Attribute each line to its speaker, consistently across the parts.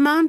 Speaker 1: Mom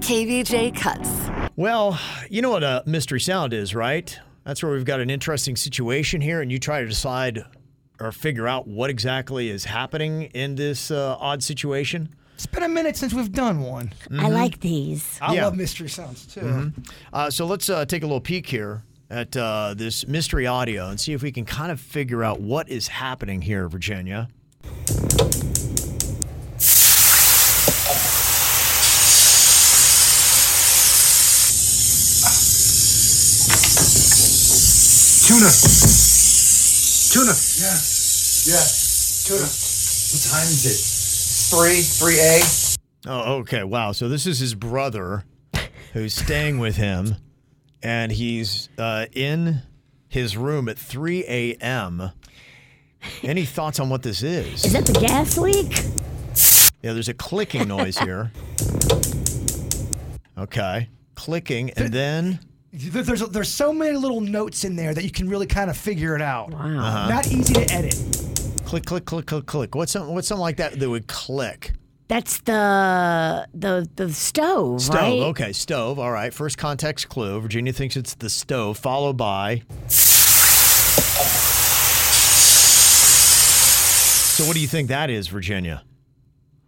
Speaker 2: KVJ cuts.
Speaker 3: Well, you know what a mystery sound is, right? That's where we've got an interesting situation here, and you try to decide or figure out what exactly is happening in this uh, odd situation.
Speaker 4: It's been a minute since we've done one.
Speaker 2: I
Speaker 3: Mm-hmm.
Speaker 2: like these.
Speaker 4: I
Speaker 3: Yeah.
Speaker 4: love mystery sounds too.
Speaker 3: Uh, so let's uh, take a little peek here at uh, this mystery audio and see if we can kind of figure out what is happening here, Virginia.
Speaker 5: Tuna. Tuna. Yeah. Yeah. Tuna. What time is it? Three. Three A.
Speaker 3: Oh, okay. Wow. So this is his brother who's staying with him, and he's uh, in his room at 3 a.m. Any thoughts on what this is?
Speaker 2: Is that the gas leak?
Speaker 3: Yeah, there's a clicking noise here. Okay. Clicking, and then
Speaker 4: There- There's there's so many little notes in there that you can really kind of figure it out. Wow.
Speaker 3: Uh-huh.
Speaker 4: Not easy to edit.
Speaker 3: click, click, click, click, click. What's something, what's something like that that would click?
Speaker 2: That's the the the stove,
Speaker 3: Stove.
Speaker 2: right?
Speaker 3: Okay, stove. All right. First context clue. Virginia thinks it's the stove, followed by. So, what do you think that is, Virginia?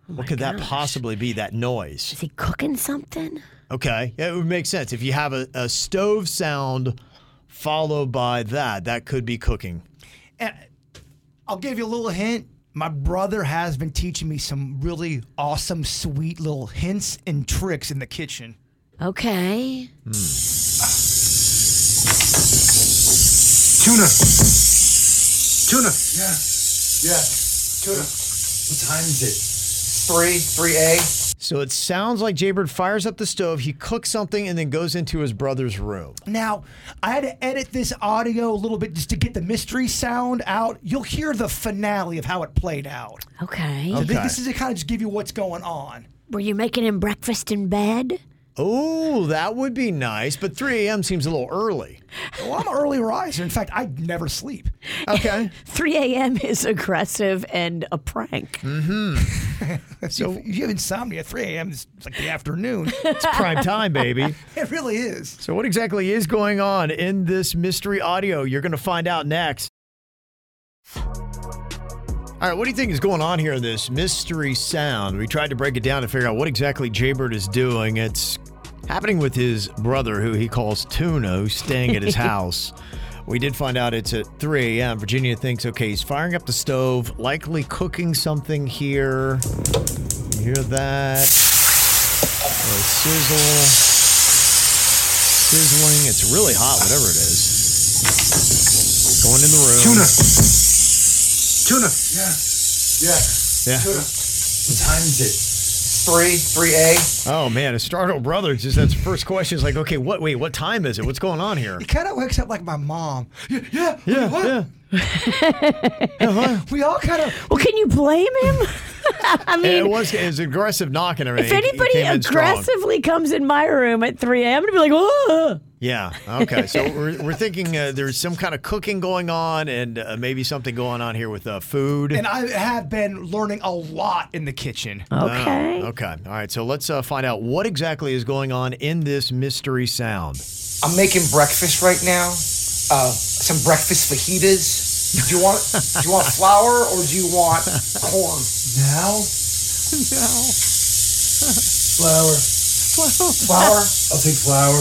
Speaker 3: what could that
Speaker 2: Oh gosh.
Speaker 3: possibly be? That noise.
Speaker 2: Is he cooking something?
Speaker 3: Okay, yeah, it would make sense if you have a, a stove sound followed by that. That could be cooking.
Speaker 4: And Eh, I'll give you a little hint. My brother has been teaching me some really awesome, sweet little hints and tricks in the kitchen.
Speaker 2: Okay.
Speaker 5: Tuna. Tuna. Yeah. Yeah. Tuna. What time is it? Three. Three A.
Speaker 3: So it sounds like Jaybird fires up the stove, he cooks something, and then goes into his brother's room.
Speaker 4: Now, I had to edit this audio a little bit just to get the mystery sound out. You'll hear the finale of how it played out.
Speaker 2: Okay.
Speaker 4: So thi-
Speaker 3: Okay.
Speaker 4: This is to kind of just give you what's going on.
Speaker 2: Were you making him breakfast in bed?
Speaker 3: Oh, that would be nice, but 3 a.m. seems a little early.
Speaker 4: Well, I'm an early riser. In fact, I never sleep.
Speaker 3: Okay.
Speaker 2: 3 a.m. is aggressive and a prank.
Speaker 3: Hmm.
Speaker 4: So if you have insomnia, 3 a.m. is like the afternoon.
Speaker 3: It's prime time, baby.
Speaker 4: it really is.
Speaker 3: So, what exactly is going on in this mystery audio? You're going to find out next. All right, what do you think is going on here in this mystery sound? We tried to break it down to figure out what exactly Jaybird is doing. It's happening with his brother, who he calls Tuna, who's staying at his house. We did find out it's at 3 a.m. Virginia thinks, okay, he's firing up the stove, likely cooking something here. You hear that? A sizzle sizzling. It's really hot, whatever it is. Going in the room.
Speaker 5: Tuna. Tuna. Yeah. Yeah.
Speaker 3: Yeah.
Speaker 5: Tuna. What time is it? Three. Three A.
Speaker 3: Oh man, a startled brother just that's the first question is like, okay, what? Wait, what time is it? What's going on here?
Speaker 4: It kind of wakes up like my mom. Yeah, yeah,
Speaker 3: Yeah,
Speaker 4: what?
Speaker 3: yeah.
Speaker 4: We all kind of.
Speaker 2: Well, can you blame him? I
Speaker 3: It
Speaker 2: mean,
Speaker 3: was, it was aggressive knock and everything.
Speaker 2: if
Speaker 3: He
Speaker 2: anybody
Speaker 3: came in strong.
Speaker 2: aggressively comes in my room at 3 a.m., I'm going to be like, oh.
Speaker 3: Yeah. Okay. So we're, we're thinking uh, there's some kind of cooking going on, and uh, maybe something going on here with uh, food.
Speaker 4: And I have been learning a lot in the kitchen.
Speaker 3: Oh.
Speaker 2: Okay.
Speaker 3: okay. All right. So let's uh, find out what exactly is going on in this mystery sound.
Speaker 5: I'm making breakfast right now. Uh, some breakfast fajitas. Do you want do you want flour or do you want corn? Now? No. flour. Flour. Flour. I'll take flour.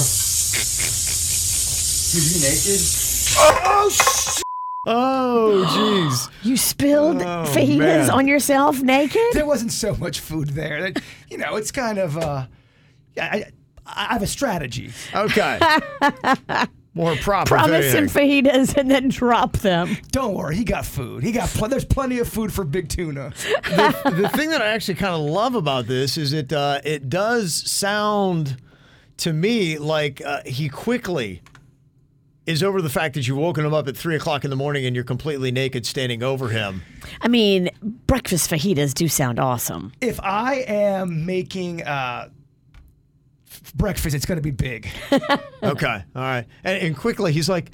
Speaker 5: you naked? Oh, shit.
Speaker 3: Oh, jeez.
Speaker 2: You spilled
Speaker 3: Oh,
Speaker 2: fajitas
Speaker 3: man.
Speaker 2: on yourself naked?
Speaker 4: there wasn't so much food there. That- you know, it's kind of uh, I, I, I have a strategy.
Speaker 3: Okay. More proper.
Speaker 2: Promise him fajitas and then drop them.
Speaker 4: Don't worry, he got food. He got pl- there's plenty of food for big tuna.
Speaker 3: the, the thing that I actually kind of love about this is it uh, it does sound to me like uh, he quickly is over the fact that you've woken him up at three o'clock in the morning and you're completely naked standing over him.
Speaker 2: I mean, breakfast fajitas do sound awesome.
Speaker 4: If I am making uh, f- breakfast, it's gonna be big.
Speaker 3: Okay, all right, and, and quickly he's like,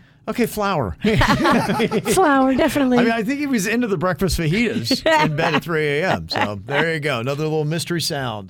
Speaker 3: "Okay, flour." I
Speaker 2: Flour, definitely.
Speaker 3: mean, I think he was into the breakfast fajitas in bed at three a.m. So there you go, another little mystery sound.